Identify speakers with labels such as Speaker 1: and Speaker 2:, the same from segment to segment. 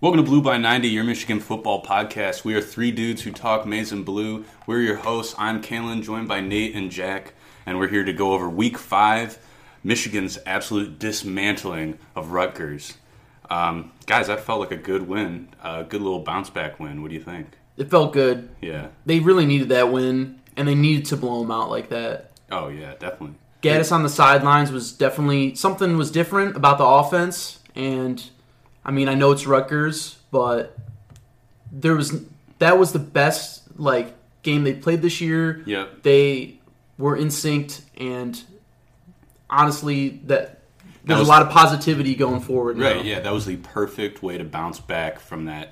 Speaker 1: Welcome to Blue by 90, your Michigan football podcast. We are three dudes who talk maize and blue. We're your hosts. I'm Kalen, joined by Nate and Jack, and we're here to go over week five, Michigan's absolute dismantling of Rutgers. Um, guys, that felt like a good win, a good little bounce back win. What do you think?
Speaker 2: It felt good.
Speaker 1: Yeah.
Speaker 2: They really needed that win, and they needed to blow them out like that.
Speaker 1: Oh, yeah, definitely.
Speaker 2: Gaddis on the sidelines was definitely something was different about the offense, and I mean I know it's Rutgers, but there was that was the best like game they played this year.
Speaker 1: Yep.
Speaker 2: They were in sync, and honestly, that there's
Speaker 1: was-
Speaker 2: a lot of positivity going forward. now.
Speaker 1: Right, yeah, that was the perfect way to bounce back from that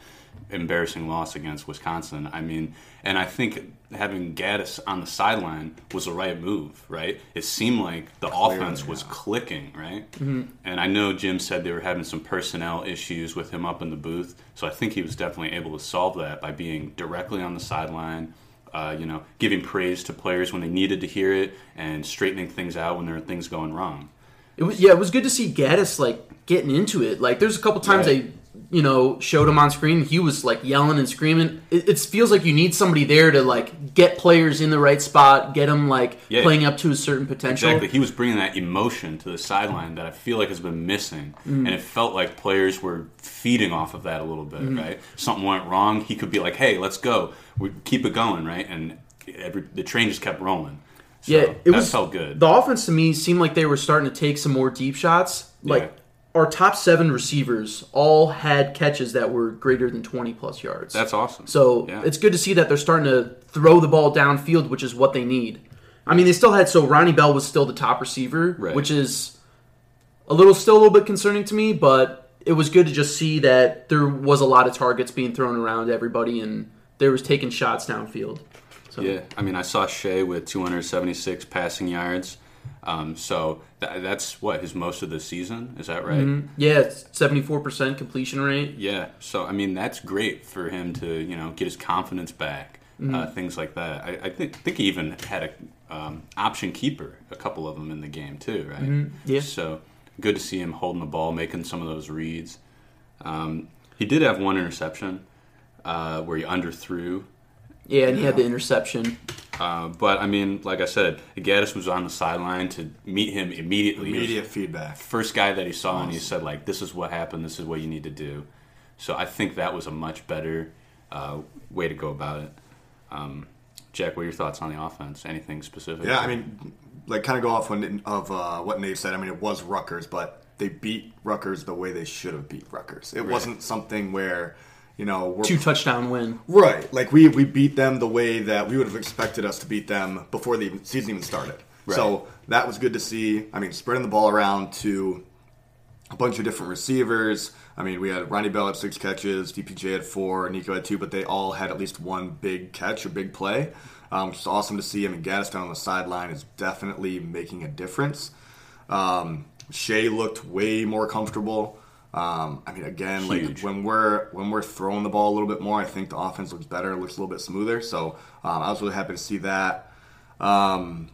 Speaker 1: embarrassing loss against Wisconsin. I mean, and I think having Gaddis on the sideline was the right move, right? It seemed like the offense was clicking, right? Mm-hmm. And I know Jim said they were having some personnel issues with him up in the booth, so I think he was definitely able to solve that by being directly on the sideline. Uh, you know, giving praise to players when they needed to hear it and straightening things out when there were things going wrong.
Speaker 2: It was yeah, it was good to see Gaddis like getting into it. Like there's a couple times
Speaker 1: Right.
Speaker 2: they you know showed him on screen, he was like yelling and screaming. It, it feels like you need somebody there to like get players in the right spot, get them like
Speaker 1: Yeah.
Speaker 2: playing up to a certain potential.
Speaker 1: Exactly. He was bringing that emotion to the sideline that I feel like has been missing.
Speaker 2: Mm-hmm.
Speaker 1: And it felt like players were feeding off of that a little bit,
Speaker 2: Mm-hmm.
Speaker 1: right? Something went wrong. He could be like, hey, let's go. We keep it going, right? And every, the train just kept rolling. So
Speaker 2: Yeah, it
Speaker 1: that
Speaker 2: was
Speaker 1: felt good.
Speaker 2: The offense to me seemed like they were starting to take some more deep shots. Like our top seven receivers all had catches that were greater than twenty plus yards.
Speaker 1: That's awesome.
Speaker 2: So
Speaker 1: Yeah.
Speaker 2: it's good to see that they're starting to throw the ball downfield, which is what they need. I mean, they still had so Ronnie Bell was still the top receiver,
Speaker 1: Right.
Speaker 2: which is a little still a little bit concerning to me, but it was good to just see that there was a lot of targets being thrown around to everybody and there was taking shots downfield. So
Speaker 1: Yeah, I mean, I saw Shea with 276 passing yards. Um, so tha that's what his most of the season. Is that right?
Speaker 2: yeah, seventy four percent completion rate.
Speaker 1: Yeah, so I mean that's great for him to you know get his confidence back, uh, things like that. I, I think think he even had a um, option keeper, a couple of them in the game too, right?
Speaker 2: yeah.
Speaker 1: So good to see him holding the ball, making some of those reads. Um, he did have one interception uh, where he underthrew,
Speaker 2: Yeah, and he had the interception.
Speaker 1: uh, but I mean, like I said, Gaddis was on the sideline to meet him immediately. He was
Speaker 3: Immediate feedback.
Speaker 1: first guy that he saw and he said like this is what happened this is what you need to do so i think that was a much better uh, way to go about it um, jack what are your thoughts on the offense anything specific
Speaker 3: Yeah, I mean, like kind of go off when, of uh, what Nate said. I mean, it was Rutgers, but they beat Rutgers the way they should have beat Rutgers. It wasn't something where, you know, we're
Speaker 2: Two touchdown win.
Speaker 3: right. Like we we beat them the way that we would have expected us to beat them before the even- season even started.
Speaker 1: Right.
Speaker 3: So that was good to see. I mean, spreading the ball around to a bunch of different receivers. I mean, we had Ronnie Bell had six catches, DPJ had four, Nico had two, but they all had at least one big catch or big play. Um, it's awesome to see. I mean, Gaddis down on the sideline is definitely making a difference. Um, Shea looked way more comfortable. Um, I mean, again,
Speaker 1: Huge.
Speaker 3: like when we're when we're throwing the ball a little bit more, I think the offense looks better, looks a little bit smoother. So um, I was really happy to see that. Um,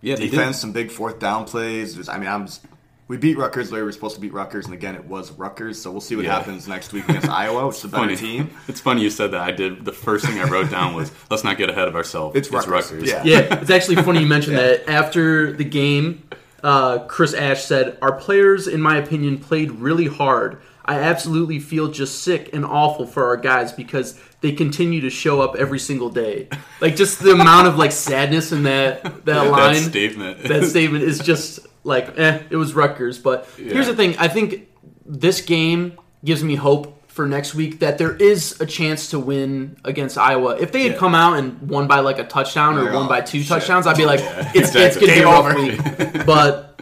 Speaker 1: yeah they did.
Speaker 3: defense, some big fourth down plays. Just- I mean, I'm just, we beat Rutgers the way we were supposed to beat Rutgers, and again, it was Rutgers. So we'll see what
Speaker 1: Yeah.
Speaker 3: happens next week against Iowa, which is a better
Speaker 1: Funny.
Speaker 3: team.
Speaker 1: It's funny you said that. I did. The first thing I wrote down was, "Let's not get ahead of ourselves."
Speaker 3: It's Rutgers. Yeah.
Speaker 2: yeah, it's actually funny you mentioned that. After the game, uh, Chris Ash said, Our players, in my opinion, played really hard. I absolutely feel just sick and awful for our guys because they continue to show up every single day. Like just the amount of like sadness in that that line
Speaker 1: That statement.
Speaker 2: that statement is just like eh, it was Rutgers. But here's the thing: I think this game gives me hope for next week that there is a chance to win against Iowa. If they had
Speaker 1: Yeah.
Speaker 2: come out and won by like a touchdown or
Speaker 3: Like,
Speaker 2: won
Speaker 3: oh,
Speaker 2: by two
Speaker 3: shit.
Speaker 2: touchdowns, I'd be like, it's, it's
Speaker 1: exactly.
Speaker 2: gonna be
Speaker 1: Game
Speaker 2: a rough week. But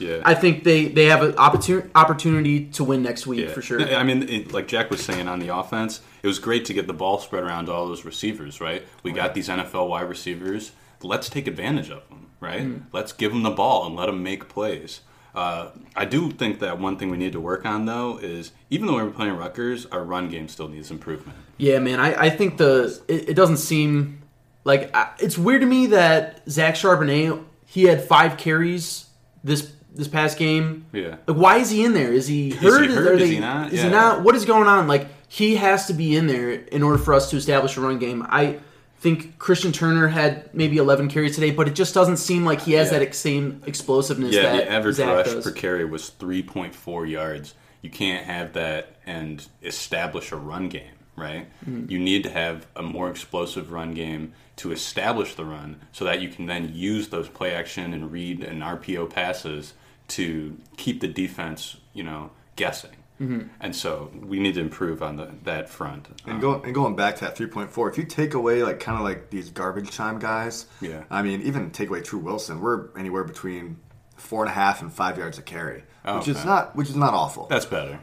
Speaker 1: yeah.
Speaker 2: I think they they have an opportunity opportunity to win next week
Speaker 1: Yeah.
Speaker 2: for sure.
Speaker 1: I mean, it, like Jack was saying on the offense, it was great to get the ball spread around to all those receivers, right?
Speaker 2: Oh,
Speaker 1: We got these NFL wide receivers. Let's take advantage of them, right?
Speaker 2: Mm-hmm.
Speaker 1: Let's give them the ball and let them make plays. Uh, I do think that one thing we need to work on, though, is even though we're playing Rutgers, our run game still needs improvement.
Speaker 2: Yeah, man. I, I think the it, it doesn't seem like I, it's weird to me that Zach Charbonnet he had five carries this this past game.
Speaker 1: Yeah.
Speaker 2: Like, why is he in there? Is he hurt?
Speaker 1: hurt?
Speaker 2: Are
Speaker 1: Is
Speaker 2: they-
Speaker 1: he not?
Speaker 2: Is
Speaker 1: Yeah.
Speaker 2: he not? What is going on? Like, he has to be in there in order for us to establish a run game. I think Christian Turner had maybe 11 carries today, but it just doesn't seem like he has
Speaker 1: Yeah.
Speaker 2: that same explosiveness
Speaker 1: Yeah,
Speaker 2: that
Speaker 1: the average
Speaker 2: Zach
Speaker 1: rush
Speaker 2: does.
Speaker 1: per carry was 3.4 yards. You can't have that and establish a run game, right?
Speaker 2: Mm-hmm.
Speaker 1: You need to have a more explosive run game to establish the run so that you can then use those play action and read and RPO passes to keep the defense, you know, guessing.
Speaker 2: Mm-hmm.
Speaker 1: And so we need to improve on the, that front.
Speaker 3: And going and going back to that three point four, if you take away like kind of like these garbage time guys,
Speaker 1: Yeah.
Speaker 3: I mean even take away True Wilson, we're anywhere between four and a half and five yards a carry,
Speaker 1: Oh,
Speaker 3: which is
Speaker 1: okay.
Speaker 3: not which is not awful.
Speaker 1: That's better.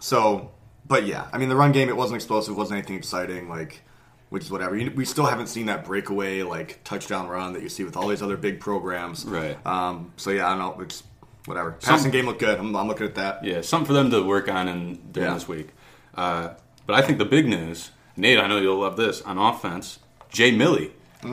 Speaker 3: So, but yeah, I mean, the run game, it wasn't explosive, wasn't anything exciting, like, which is whatever. You, we still haven't seen that breakaway, like, touchdown run that you see with all these other big programs.
Speaker 1: Right.
Speaker 3: Um, so, yeah, I don't know. It's whatever. Passing game looked good. I'm, I'm looking at that.
Speaker 1: Yeah, something for them to work on in, during
Speaker 3: Yeah.
Speaker 1: this week. Uh, but I think the big news, Nate, I know you'll love this on offense. Jay Millie,
Speaker 2: Joe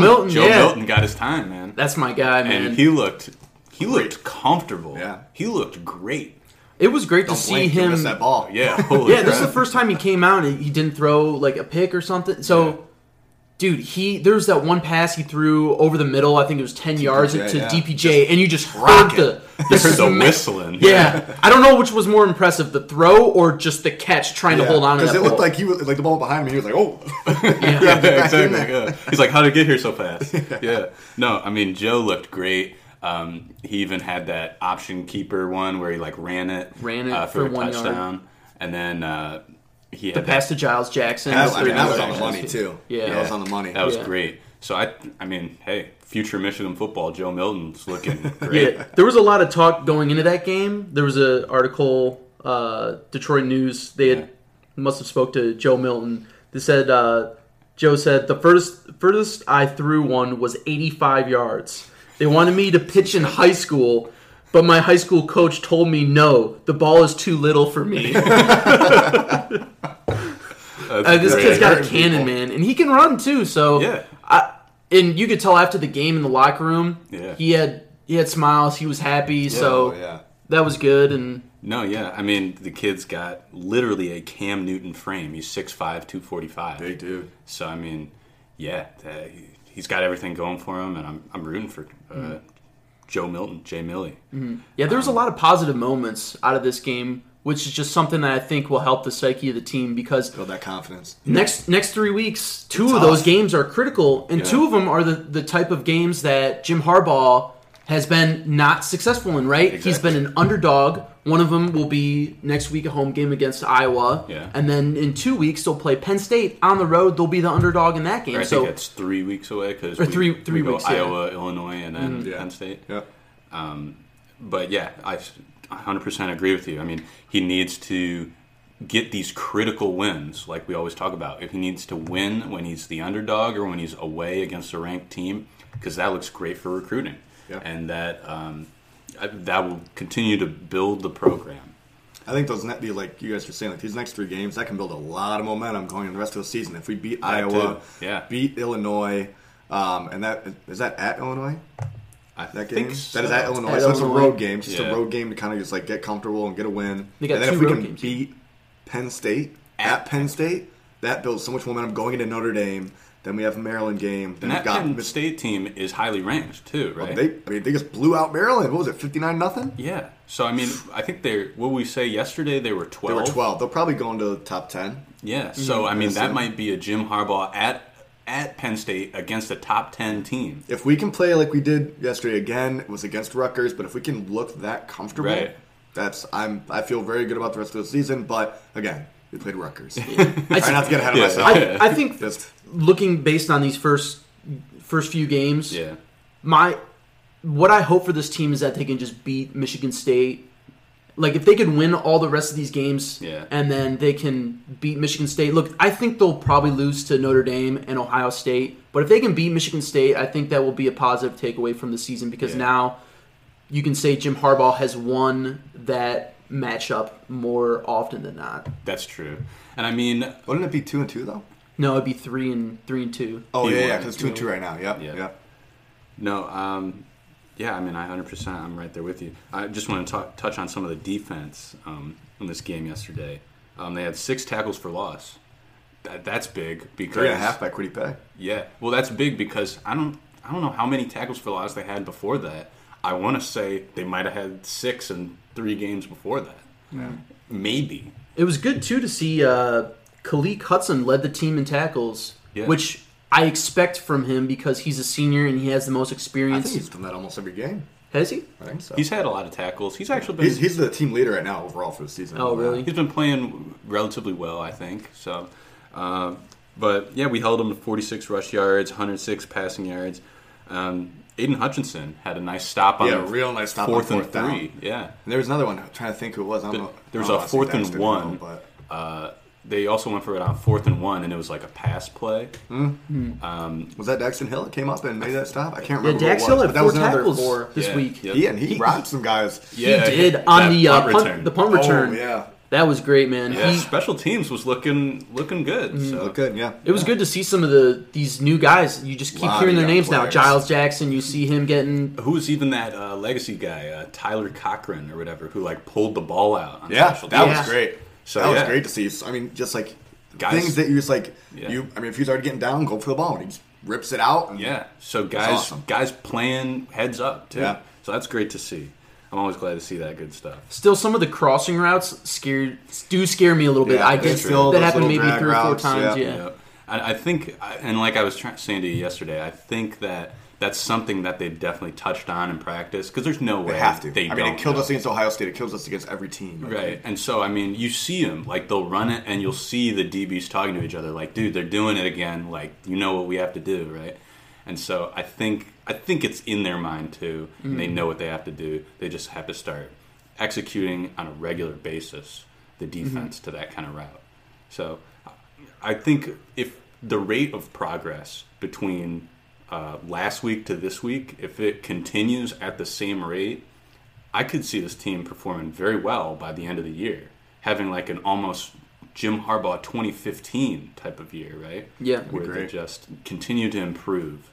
Speaker 2: Milton,
Speaker 1: Joe
Speaker 2: yeah.
Speaker 1: Milton got his time, man,
Speaker 2: That's my guy, man.
Speaker 1: and he looked he looked comfortable.
Speaker 3: Yeah.
Speaker 1: he looked great.
Speaker 2: it was great to
Speaker 3: Don't
Speaker 2: see
Speaker 3: blink, you
Speaker 2: him.
Speaker 3: miss that ball.
Speaker 1: Yeah, holy
Speaker 2: Yeah, this is the
Speaker 1: crap.
Speaker 2: first time he came out and he didn't throw like a pick or something. So, dude, he there's that one pass he threw over the middle. I think it was ten yards to
Speaker 3: yeah.
Speaker 2: DPJ, and you just heard
Speaker 3: rocket.
Speaker 2: the
Speaker 1: You heard the
Speaker 2: sma-
Speaker 1: whistling.
Speaker 2: Yeah, I don't know which was more impressive, the throw or just the catch trying to hold on to
Speaker 3: Because
Speaker 2: that
Speaker 3: it looked
Speaker 2: ball.
Speaker 3: like he was, like, the ball behind me, he was like, oh.
Speaker 1: yeah,
Speaker 3: back in
Speaker 1: exactly.
Speaker 3: there.
Speaker 1: yeah. He's like, "How did it get here so fast?" yeah. No, I mean Joe looked great. Um, he even had that option keeper one where he like ran it,
Speaker 2: Ran it
Speaker 1: uh,
Speaker 2: for
Speaker 1: for, a
Speaker 2: one yard.
Speaker 1: touchdown, and then uh, he had that-
Speaker 2: pass to Giles Jackson.
Speaker 3: That, I mean, that
Speaker 1: Yeah.
Speaker 3: was on the money, too.
Speaker 2: Yeah.
Speaker 3: That was on the money.
Speaker 1: That was
Speaker 2: Yeah.
Speaker 1: great. So I, I mean, hey, future Michigan football, Joe Milton's looking great.
Speaker 2: Yeah, there was a lot of talk going into that game. There was an article, uh, Detroit News. They had must have spoke to Joe Milton. They said uh, Joe said the furthest furthest I threw one was 85 yards. They wanted me to pitch in high school, but my high school coach told me no. The ball is too little for me. Uh,
Speaker 1: That's
Speaker 2: this
Speaker 1: great.
Speaker 2: kid's got a
Speaker 3: Hurting
Speaker 2: cannon,
Speaker 3: people.
Speaker 2: man, and he can run too. So
Speaker 1: Yeah.
Speaker 2: I, and you could tell after the game in the locker room,
Speaker 1: Yeah.
Speaker 2: he had he had smiles. He was happy. so
Speaker 3: Oh, yeah.
Speaker 2: that was good and
Speaker 1: No, yeah, I mean, the kid's got literally a Cam Newton frame. He's 6'5", 245.
Speaker 3: Big dude.
Speaker 1: So I mean, yeah, uh, he- he's got everything going for him, and I'm I'm rooting for uh,
Speaker 2: Mm-hmm.
Speaker 1: Joe Milton, Jay Millie.
Speaker 2: yeah there was a lot of positive moments out of this game which is just something that i think will help the psyche of the team because
Speaker 3: Build that confidence.
Speaker 2: next next three weeks two of
Speaker 3: Tough.
Speaker 2: those games are critical and
Speaker 1: Yeah.
Speaker 2: two of them are the, the type of games that jim harbaugh has been not successful in right he's
Speaker 1: Exactly.
Speaker 2: been an underdog one of them will be next week a home game against iowa
Speaker 1: Yeah.
Speaker 2: and then in two weeks they'll play penn state on the road they'll be the underdog in that game
Speaker 1: I
Speaker 2: so
Speaker 1: think that's three weeks away because
Speaker 2: Or three- three
Speaker 1: we
Speaker 2: weeks,
Speaker 1: go
Speaker 2: yeah. Mm-hmm.
Speaker 1: Iowa, Illinois, and then
Speaker 3: Yeah.
Speaker 1: Penn State.
Speaker 3: Yeah.
Speaker 1: but yeah, I 100% agree with you. I mean, he needs to get these critical wins, like we always talk about. If he needs to win when he's the underdog or when he's away against a ranked team, because that looks great for recruiting,
Speaker 3: Yeah.
Speaker 1: and that um, I- that will continue to build the program.
Speaker 3: I think those net, like you guys were saying, like these next three games, that can build a lot of momentum going in the rest of the season. If we beat Iowa,
Speaker 1: too. Yeah.
Speaker 3: beat Illinois, um, and that is that at Illinois.
Speaker 1: I
Speaker 3: That game
Speaker 1: think so.
Speaker 3: that is at Illinois.
Speaker 2: At
Speaker 3: so it's a
Speaker 2: Illinois.
Speaker 3: road game, just
Speaker 1: Yeah.
Speaker 3: a road game to kind of just like get comfortable and get a win.
Speaker 2: They got
Speaker 3: and then
Speaker 2: two
Speaker 3: if we
Speaker 2: road
Speaker 3: can
Speaker 2: games.
Speaker 3: beat Penn State at,
Speaker 1: At
Speaker 3: Penn State, that builds so much momentum going into Notre Dame. Then we have a Maryland game. Then
Speaker 1: And that
Speaker 3: we've got
Speaker 1: Penn
Speaker 3: Miss-
Speaker 1: State team is highly ranked too, right?
Speaker 3: They, I mean, they just blew out Maryland. What was it, fifty nine nothing?
Speaker 1: yeah. So I mean, I think they're. What we say yesterday? They were
Speaker 3: They
Speaker 1: twelve.
Speaker 3: were twelve. They'll probably go into the top ten.
Speaker 1: Yeah, so I mean that
Speaker 3: Minnesota.
Speaker 1: might be a Jim Harbaugh at at Penn State against a top ten team.
Speaker 3: If we can play like we did yesterday again, it was against Rutgers, but if we can look that comfortable,
Speaker 1: Right.
Speaker 3: that's I'm I feel very good about the rest of the season. But again, we played Rutgers. Try not to get ahead of
Speaker 1: Yeah.
Speaker 3: myself.
Speaker 2: I, I think
Speaker 3: Just-
Speaker 2: looking based on these first first few games
Speaker 1: Yeah,
Speaker 2: my what I hope for this team is that they can just beat Michigan State. Like if they could win all the rest of these games,
Speaker 1: Yeah.
Speaker 2: and then they can beat Michigan State. Look, I think they'll probably lose to Notre Dame and Ohio State, but if they can beat Michigan State, I think that will be a positive takeaway from the season because
Speaker 1: Yeah.
Speaker 2: now you can say Jim Harbaugh has won that matchup more often than not.
Speaker 1: that's true. And I mean,
Speaker 3: wouldn't it be two and two though?
Speaker 2: No, it'd be three and three and two.
Speaker 3: Oh
Speaker 1: He
Speaker 3: yeah, yeah,
Speaker 1: won.
Speaker 3: because two and two right now. Yep,
Speaker 1: Yeah.
Speaker 3: yeah.
Speaker 1: no, um, Yeah, I mean, I 100%. I'm right there with you. I just want to talk, touch on some of the defense um, in this game yesterday. Um, they had six tackles for loss. That, that's big because
Speaker 3: Three and a half by Quiddy Pay.
Speaker 1: yeah, well, that's big because I don't I don't know how many tackles for loss they had before that. I want to say they might have had six in three games before that. Maybe.
Speaker 2: It was good too to see uh, Khalik Hudson led the team in tackles,
Speaker 1: Yeah.
Speaker 2: which I expect from him because he's a senior and he has the most
Speaker 3: I
Speaker 2: experience.
Speaker 3: think he's done that almost every game.
Speaker 2: Has he?
Speaker 3: I think so.
Speaker 1: He's had a lot of tackles. He's actually been
Speaker 3: He's, he's the team leader right now overall for the season.
Speaker 2: Oh, really?
Speaker 1: he's been playing relatively well, I think. So, uh, but yeah, we held him to 46 rush yards, 106 passing yards. Um, Aiden Hutchinson had a nice stop on
Speaker 3: Yeah, real nice stop on
Speaker 1: fourth,
Speaker 3: fourth
Speaker 1: and
Speaker 3: down.
Speaker 1: three. Yeah,
Speaker 3: And there was another one. I'm trying to think who it was. I don't know.
Speaker 1: there
Speaker 3: I
Speaker 1: was
Speaker 3: don't
Speaker 1: a
Speaker 3: know if
Speaker 1: fourth
Speaker 3: that's
Speaker 1: and
Speaker 3: the
Speaker 1: one.
Speaker 3: one, but
Speaker 1: uh, they also went for it on fourth and one, and it was like a pass play.
Speaker 3: Mm-hmm. was that Daxton Hill that came up and made that stop? I can't
Speaker 2: Yeah,
Speaker 3: remember.
Speaker 2: Dax
Speaker 3: who it
Speaker 2: Hill
Speaker 3: was,
Speaker 2: had
Speaker 3: but that
Speaker 2: four
Speaker 3: was another
Speaker 2: tackles
Speaker 3: four.
Speaker 2: this
Speaker 1: Yeah,
Speaker 2: week.
Speaker 1: yeah.
Speaker 3: He and he robbed some guys.
Speaker 1: Yeah,
Speaker 2: He did on
Speaker 1: that
Speaker 2: the uh, punt,
Speaker 1: return.
Speaker 2: the punt
Speaker 3: Oh,
Speaker 2: return.
Speaker 3: yeah.
Speaker 2: That was great, man.
Speaker 1: Yeah,
Speaker 2: He-
Speaker 1: special teams was looking looking good. So
Speaker 3: Look good. Yeah.
Speaker 2: it was good to see some of the these new guys. You just keep
Speaker 3: Lot of
Speaker 2: hearing their
Speaker 3: young
Speaker 2: names now.
Speaker 3: players.
Speaker 2: Giles Jackson. You see him getting.
Speaker 1: Who's even that uh, legacy guy, uh, Tyler Cochran or whatever, who like pulled the ball out? On
Speaker 3: Yeah,
Speaker 1: special
Speaker 3: that
Speaker 1: teams?
Speaker 3: was
Speaker 2: Yeah.
Speaker 3: great.
Speaker 1: So,
Speaker 3: that was
Speaker 1: yeah.
Speaker 3: great to see. So, I mean, just like
Speaker 1: Guys-
Speaker 3: things that you just like
Speaker 1: Yeah.
Speaker 3: you. I mean, if he's already getting down, go for the ball, and he just rips it out. And
Speaker 1: Yeah. So guys,
Speaker 3: awesome.
Speaker 1: guys playing heads up too.
Speaker 3: Yeah.
Speaker 1: So that's great to see. I'm always glad to see that good stuff.
Speaker 2: Still, some of the crossing routes scared do scare me a little bit.
Speaker 3: Yeah,
Speaker 2: I
Speaker 3: they're
Speaker 2: guess
Speaker 3: still
Speaker 2: that
Speaker 3: those
Speaker 2: happened
Speaker 3: little
Speaker 2: maybe
Speaker 3: drag
Speaker 2: three or four
Speaker 3: routes,
Speaker 2: times.
Speaker 3: yeah.
Speaker 2: Yeah,
Speaker 1: You know, I, I think, I- and like I was trying, saying to you yesterday, I think that that's something that they've definitely touched on in practice because there's no way
Speaker 3: they have to.
Speaker 1: They
Speaker 3: I mean,
Speaker 1: don't
Speaker 3: it killed
Speaker 1: know.
Speaker 3: us against Ohio State. It kills us against every team. Like,
Speaker 1: Right. And so, I mean, you see them, like, they'll run it, and you'll see the DBs talking to each other, like, dude, they're doing it again. Like, you know what we have to do, right? And so, I think, I think it's in their mind, too. And they know what they have to do. They just have to start executing on a regular basis the defense to that kind of route. So, I think if the rate of progress between uh, last week to this week, if it continues at the same rate, I could see this team performing very well by the end of the year, having like an almost Jim Harbaugh 2015 type of year, right?
Speaker 2: Yeah.
Speaker 1: where they
Speaker 3: Agree.
Speaker 1: just continue to improve.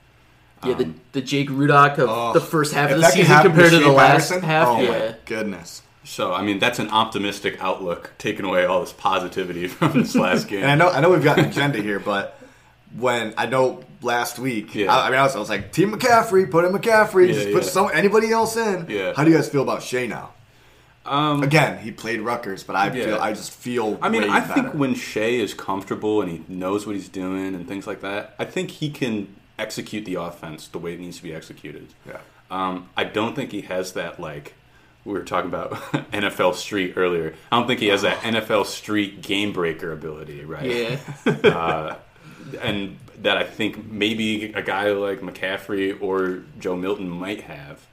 Speaker 2: yeah. The, the Jake Rudock of
Speaker 3: Um, oh,
Speaker 2: the first half
Speaker 3: if
Speaker 2: of the
Speaker 3: that can
Speaker 2: season
Speaker 3: happen
Speaker 2: compared to the
Speaker 3: Shea
Speaker 2: last
Speaker 3: Patterson,
Speaker 2: half.
Speaker 3: Oh
Speaker 2: yeah,
Speaker 3: my goodness!
Speaker 1: So, I mean, that's an optimistic outlook, taking away all this positivity from this last game.
Speaker 3: And I know, I know, we've got an agenda here, but when I know last week,
Speaker 1: Yeah.
Speaker 3: I, I mean, I was, I was like, Team McCaffrey, put in McCaffrey,
Speaker 1: Yeah,
Speaker 3: just put
Speaker 1: yeah.
Speaker 3: some anybody else in.
Speaker 1: Yeah.
Speaker 3: How do you guys feel about Shea now? Um, Again, he played Rutgers, but I
Speaker 1: Yeah.
Speaker 3: feel, I just feel.
Speaker 1: I mean,
Speaker 3: way
Speaker 1: I think
Speaker 3: better.
Speaker 1: when Shea is comfortable and he knows what he's doing and things like that, I think he can execute the offense the way it needs to be executed.
Speaker 3: Yeah.
Speaker 1: Um, I don't think he has that like we were talking about NFL Street earlier. I don't think he has that NFL Street game breaker ability, right?
Speaker 2: yeah.
Speaker 1: and that I think maybe a guy like McCaffrey or Joe Milton might have.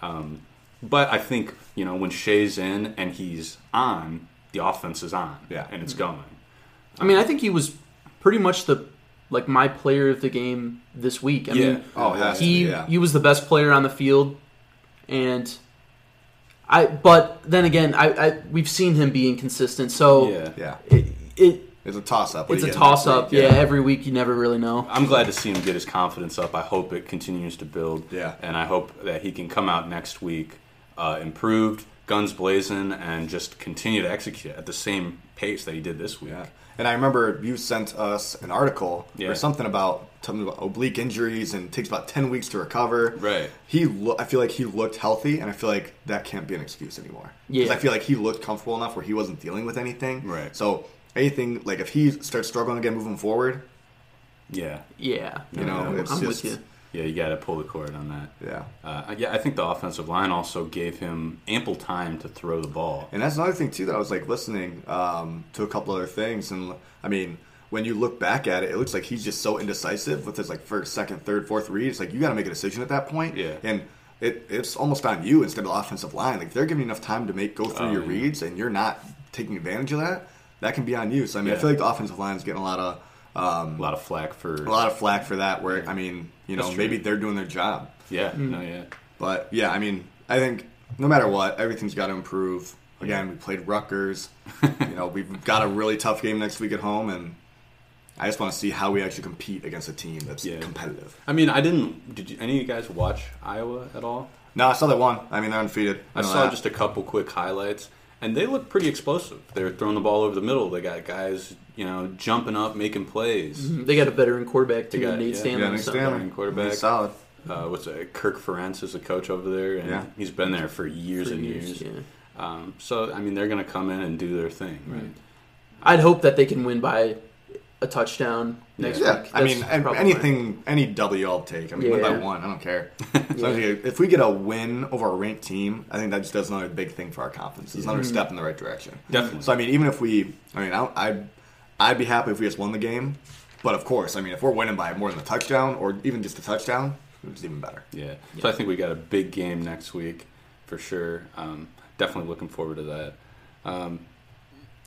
Speaker 1: Um, but I think you know when Shea's in and he's on, the offense is on,
Speaker 3: Yeah. Mm-hmm.
Speaker 1: and it's going.
Speaker 2: I mean, I think he was pretty much the like my player of the game this week. I
Speaker 1: Yeah.
Speaker 2: mean,
Speaker 3: Oh, it has to
Speaker 2: he
Speaker 3: be, yeah.
Speaker 2: he was the best player on the field, and I. But then again, I, I we've seen him be inconsistent, so
Speaker 1: Yeah.
Speaker 3: yeah,
Speaker 2: it, it
Speaker 3: it's a toss up.
Speaker 2: it's a toss up. Yeah. every week you never really know.
Speaker 1: I'm glad to see him get his confidence up. I hope it continues to build.
Speaker 3: Yeah.
Speaker 1: And I hope that he can come out next week uh, improved, guns blazing, and just continue to execute at the same pace that he did this week.
Speaker 3: Yeah. And I remember you sent us an article
Speaker 1: Yeah.
Speaker 3: or something about something about oblique injuries and it takes about ten weeks to recover.
Speaker 1: Right.
Speaker 3: He, lo- I feel like he looked healthy, and I feel like that can't be an excuse anymore. 'Cause
Speaker 2: Yeah.
Speaker 3: I feel like he looked comfortable enough where he wasn't dealing with anything.
Speaker 1: Right.
Speaker 3: So anything like if he starts struggling again moving forward,
Speaker 1: Yeah.
Speaker 2: Yeah,
Speaker 3: you know,
Speaker 1: Yeah,
Speaker 3: it's
Speaker 2: I'm
Speaker 3: just
Speaker 2: with you.
Speaker 1: Yeah, you got to pull the cord on that.
Speaker 3: yeah.
Speaker 1: Uh, yeah, I think the offensive line also gave him ample time to throw the ball.
Speaker 3: And that's another thing too that I was like listening um, to a couple other things, and I mean, when you look back at it, it looks like he's just so indecisive with his like first, second, third, fourth read. It's like you got to make a decision at that point.
Speaker 1: Yeah.
Speaker 3: And it, it's almost on you instead of the offensive line. Like if they're giving you enough time to make go through
Speaker 1: Oh,
Speaker 3: your
Speaker 1: yeah.
Speaker 3: reads, and you're not taking advantage of that. That can be on you. So I mean,
Speaker 1: Yeah.
Speaker 3: I feel like the offensive line is getting a lot of um,
Speaker 1: A lot of flack for.
Speaker 3: a lot of flack for that. Where I mean, you know,
Speaker 1: That's true.
Speaker 3: maybe they're doing their job.
Speaker 1: Yeah, no, yeah.
Speaker 3: But yeah, I mean, I think no matter what, everything's got to improve. Again, we played Rutgers. you know, we've got a really tough game next week at home, and I just want to see how we actually compete against a team that's
Speaker 1: Yeah.
Speaker 3: competitive.
Speaker 1: I mean, I didn't. Did you, any of you guys watch Iowa at all?
Speaker 3: No, I saw they won. I mean, they're undefeated.
Speaker 1: I
Speaker 3: know
Speaker 1: saw
Speaker 3: that.
Speaker 1: just a couple quick highlights, and they look pretty explosive. They're throwing the ball over the middle. They got guys, you know, jumping up, making plays.
Speaker 2: They got a veteran quarterback too,
Speaker 1: They got-
Speaker 2: Nate
Speaker 1: yeah.
Speaker 2: Stanley.
Speaker 3: yeah, Nick
Speaker 2: so-
Speaker 3: Stanley,
Speaker 1: running quarterback.
Speaker 3: He's solid.
Speaker 1: Uh, what's it? Kirk Ferentz is a coach over there, and
Speaker 3: Yeah.
Speaker 1: he's been there for years
Speaker 2: for
Speaker 1: and
Speaker 2: years,
Speaker 1: years.
Speaker 2: yeah.
Speaker 1: Um, so I mean, they're going to come in and do their thing, right?
Speaker 2: I'd hope that they can win by a touchdown next
Speaker 3: Yeah,
Speaker 2: week.
Speaker 3: I mean,
Speaker 2: That's
Speaker 3: an-
Speaker 2: probably-
Speaker 3: anything, any W I'll take. I mean, win by
Speaker 2: Yeah.
Speaker 3: one, I don't care. As long as you- if we get a win over a ranked team, I think that just does another big thing for our confidence. It's another step in the right direction.
Speaker 1: Definitely.
Speaker 3: So I mean, even if we, I mean, I, don't- I'd, I'd be happy if we just won the game. But of course, I mean, if we're winning by more than a touchdown or even just a touchdown, it's even better.
Speaker 1: Yeah. So I think we got a big game next week for sure. Um, definitely looking forward to that. Um,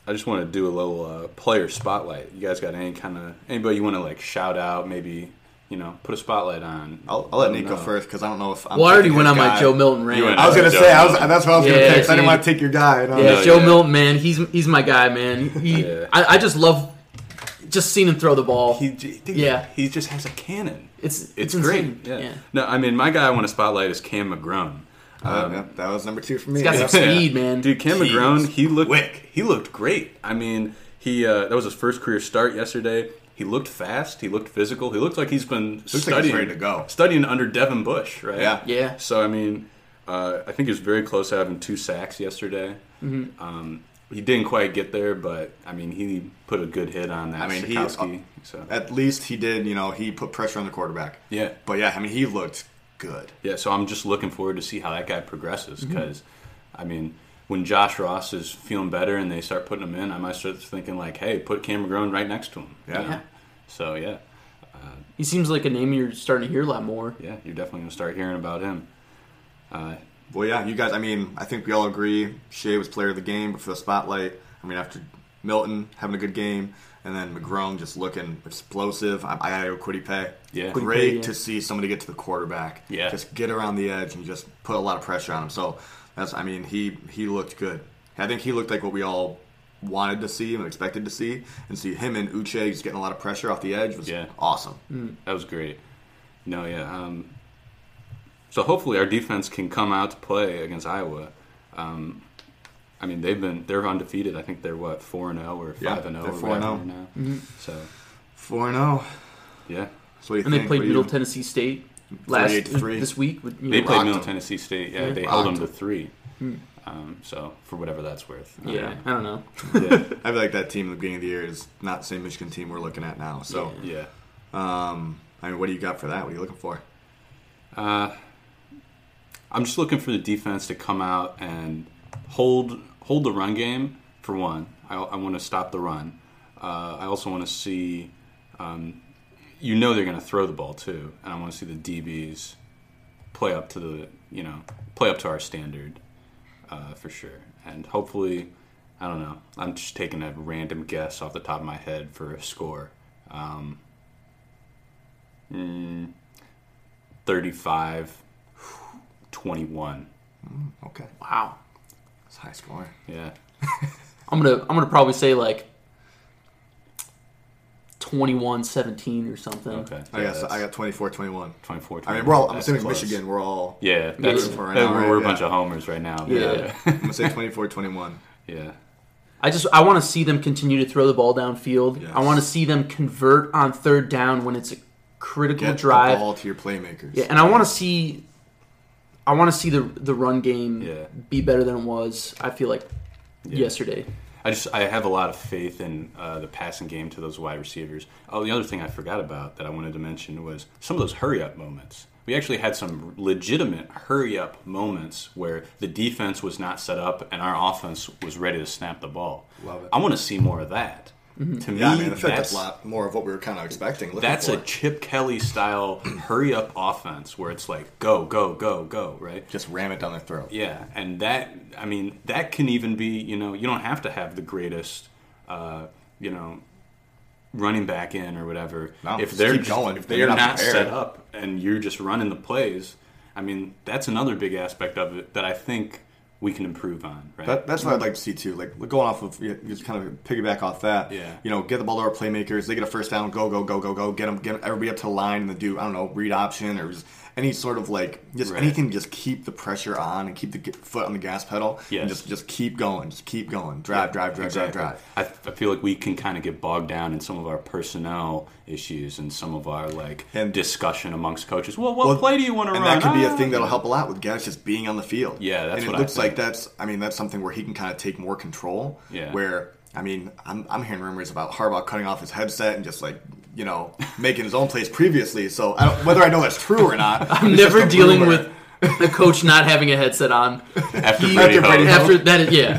Speaker 1: I just want to do a little uh, player spotlight. You guys got any kind of anybody you want to like shout out? Maybe you know put a spotlight on.
Speaker 3: I'll, I'll let
Speaker 1: Let 'em
Speaker 3: Nick go
Speaker 1: know.
Speaker 3: first because I don't know if I'm
Speaker 2: Well, I already
Speaker 3: picking
Speaker 2: went
Speaker 3: his
Speaker 2: on my
Speaker 3: guy.
Speaker 2: Joe Milton rant.
Speaker 1: You went
Speaker 3: I was gonna
Speaker 1: Joe
Speaker 3: say I was,
Speaker 1: Milton.
Speaker 3: that's what I was gonna
Speaker 2: Yeah,
Speaker 3: pick. 'cause I
Speaker 2: dude.
Speaker 3: didn't want to take your guy. and I was
Speaker 2: Yeah,
Speaker 1: No,
Speaker 3: like,
Speaker 2: Joe
Speaker 1: yeah.
Speaker 2: Milton, man, he's he's my guy, man. He,
Speaker 1: Yeah.
Speaker 2: I, I just love just seeing him throw the ball.
Speaker 1: He, j- dude,
Speaker 2: Yeah.
Speaker 1: he just has a cannon.
Speaker 2: it's
Speaker 1: It's,
Speaker 2: insane.
Speaker 1: great. Yeah. No, I mean my guy I want to spotlight is Cam McGrone.
Speaker 3: uh, yeah, that was number two for me.
Speaker 2: He's got
Speaker 3: Yeah.
Speaker 2: some speed, man.
Speaker 1: Dude, Cam
Speaker 3: He's
Speaker 1: McGrone, he looked
Speaker 3: quick.
Speaker 1: he looked great. I mean, he uh, that was his first career start yesterday. He looked fast. He looked physical. He looked like he's been
Speaker 3: he's
Speaker 1: studying
Speaker 3: ready to go.
Speaker 1: studying under Devin Bush, right?
Speaker 3: Yeah.
Speaker 2: Yeah.
Speaker 1: So I mean, uh, I think he was very close to having two sacks yesterday.
Speaker 2: Mm-hmm.
Speaker 1: Um, he didn't quite get there, but I mean, he put a good hit on that.
Speaker 3: I mean, he- uh,
Speaker 1: Sikowski, so
Speaker 3: At least he did. You know, he put pressure on the quarterback.
Speaker 1: yeah,
Speaker 3: But yeah, I mean, he looked good.
Speaker 1: Yeah, so I'm just looking forward to see how that guy progresses
Speaker 3: Mm-hmm.
Speaker 1: because, I mean, when Josh Ross is feeling better and they start putting him in, I might start thinking like, hey, put Cam McGrone right next to him. you
Speaker 3: Yeah.
Speaker 1: know? So yeah,
Speaker 2: He seems like a name you're starting to hear a lot more.
Speaker 1: yeah, you're definitely gonna start hearing about him. Uh,
Speaker 3: Well, yeah, you guys. I mean, I think we all agree Shea was player of the game, but for the spotlight, I mean, after Milton having a good game, and then McGrone just looking explosive. I, I gotta go Quiddy Pay.
Speaker 1: Yeah.
Speaker 3: great
Speaker 2: Kwity Paye, yeah.
Speaker 3: to see somebody get to the quarterback.
Speaker 1: Yeah.
Speaker 3: just get around the edge and just put a lot of pressure on him. So that's. I mean, he he looked good. I think he looked like what we all wanted to see and expected to see, and see him and Uche just getting a lot of pressure off the edge was
Speaker 1: Yeah.
Speaker 3: awesome.
Speaker 1: that was great. No, yeah. Um, so hopefully our defense can come out to play against Iowa. Um, I mean, they've been they're undefeated. I think they're what four and zero or
Speaker 3: Yeah,
Speaker 1: five and zero.
Speaker 3: they're oh.
Speaker 1: or
Speaker 3: 4-0.
Speaker 1: whatever now.
Speaker 3: Mm-hmm.
Speaker 1: So
Speaker 3: Four and zero.
Speaker 1: yeah,
Speaker 3: So what do you
Speaker 2: And
Speaker 3: think?
Speaker 2: they played
Speaker 3: What do you-
Speaker 2: Middle Tennessee State last
Speaker 3: 38-3.
Speaker 2: this week. With, you
Speaker 1: They
Speaker 2: know,
Speaker 1: played
Speaker 3: rocked
Speaker 1: Middle
Speaker 3: them.
Speaker 1: Tennessee State. Yeah, they
Speaker 3: Rocked
Speaker 1: held them to
Speaker 3: them.
Speaker 1: three. Um, so for whatever that's worth. I
Speaker 2: yeah, I don't know.
Speaker 1: don't know.
Speaker 3: I feel like that team at the beginning of the year is not the same Michigan team we're looking at now. So,
Speaker 1: yeah. yeah.
Speaker 3: um, I mean, what do you got for that? What are you looking for?
Speaker 1: I'm just looking for the defense to come out and hold hold the run game for one. I, I want to stop the run. Uh, I also want to see, um, you know, they're going to throw the ball too, and I want to see the DBs play up to the you know play up to our standard uh, for sure. And hopefully, I don't know. I'm just taking a random guess off the top of my head for a score. hmm, Um, mm, 35 21.
Speaker 3: Okay,
Speaker 2: Wow,
Speaker 3: it's high scoring.
Speaker 1: Yeah.
Speaker 2: I'm gonna I'm gonna probably say like 21-17 or something.
Speaker 1: Okay.
Speaker 3: Hmm. I guess
Speaker 1: that's
Speaker 3: I got 24-21.
Speaker 1: 24
Speaker 3: I mean, we're all. I'm
Speaker 1: That's
Speaker 3: assuming
Speaker 1: close.
Speaker 3: Michigan. We're all.
Speaker 1: Yeah, that's,
Speaker 2: Yeah.
Speaker 1: that-
Speaker 3: Right now,
Speaker 1: we're, we're a
Speaker 3: right?
Speaker 1: bunch
Speaker 3: Yeah.
Speaker 1: of homers right now. but
Speaker 2: Yeah.
Speaker 1: yeah.
Speaker 3: I'm gonna say 24-21.
Speaker 1: Yeah.
Speaker 2: I just I want to see them continue to throw the ball downfield.
Speaker 3: Yes.
Speaker 2: I want to see them convert on third down when it's a critical
Speaker 3: Get
Speaker 2: drive.
Speaker 3: the ball to your playmakers.
Speaker 2: Yeah, and I want to see, I want to see the the run game
Speaker 1: Yeah.
Speaker 2: be better than it was. I feel like yesterday.
Speaker 1: I just I have a lot of faith in uh, the passing game to those wide receivers. Oh, the other thing I forgot about that I wanted to mention was some of those hurry up moments. We actually had some legitimate hurry up moments where the defense was not set up and our offense was ready to snap the ball.
Speaker 3: Love it. Mm-hmm.
Speaker 1: I want to see more of that. To me,
Speaker 3: yeah. I mean, I feel like
Speaker 1: that's,
Speaker 3: that's a lot more of what we were kind of expecting. looking
Speaker 1: that's
Speaker 3: for.
Speaker 1: a Chip Kelly style hurry up offense where it's like go go go go right.
Speaker 3: just ram it down their throat.
Speaker 1: Yeah, and that I mean that can even be you know you don't have to have the greatest uh, you know running back in or whatever
Speaker 3: No,
Speaker 1: if
Speaker 3: just
Speaker 1: they're
Speaker 3: keep
Speaker 1: just,
Speaker 3: going.
Speaker 1: if
Speaker 3: They're
Speaker 1: they're
Speaker 3: not
Speaker 1: not,
Speaker 3: prepared.
Speaker 1: set up and you're just running the plays. I mean that's another big aspect of it that I think we can improve on. Right?
Speaker 3: That, that's what I'd like to see too. Like going off of you know, just kind of piggyback off that.
Speaker 1: Yeah.
Speaker 3: You know, get the ball to our playmakers. They get a first down. Go go go go go. Get them. Get everybody up to the line and then do I don't know read option or just any sort of like just
Speaker 1: Right.
Speaker 3: anything, to just keep the pressure on and keep the g- foot on the gas pedal.
Speaker 1: Yes.
Speaker 3: And just just keep going, just keep going, drive, drive, drive, drive, drive.
Speaker 1: I, I feel like we can kind of get bogged down in some of our personnel issues and some of our like
Speaker 3: And-
Speaker 1: discussion amongst coaches. Well, what
Speaker 3: Well,
Speaker 1: play do you want to
Speaker 3: and
Speaker 1: run?
Speaker 3: that could be a
Speaker 1: Ah.
Speaker 3: thing that'll help a lot with guys just being on the field.
Speaker 1: Yeah, that's
Speaker 3: and it
Speaker 1: what I
Speaker 3: looks like
Speaker 1: think.
Speaker 3: that's. I mean, that's something where he can kind of take more control.
Speaker 1: Yeah.
Speaker 3: Where I mean, I'm I'm hearing rumors about Harbaugh cutting off his headset and just like you know making his own plays previously. So I don't, whether I know that's true or not,
Speaker 2: I'm
Speaker 3: it's just
Speaker 2: never
Speaker 3: a
Speaker 2: dealing
Speaker 3: rumor.
Speaker 2: with a coach not having a headset on.
Speaker 1: after
Speaker 2: He-
Speaker 1: Brady,
Speaker 3: after Brady
Speaker 1: Hoke.
Speaker 3: Hoke.
Speaker 2: After that, is- yeah,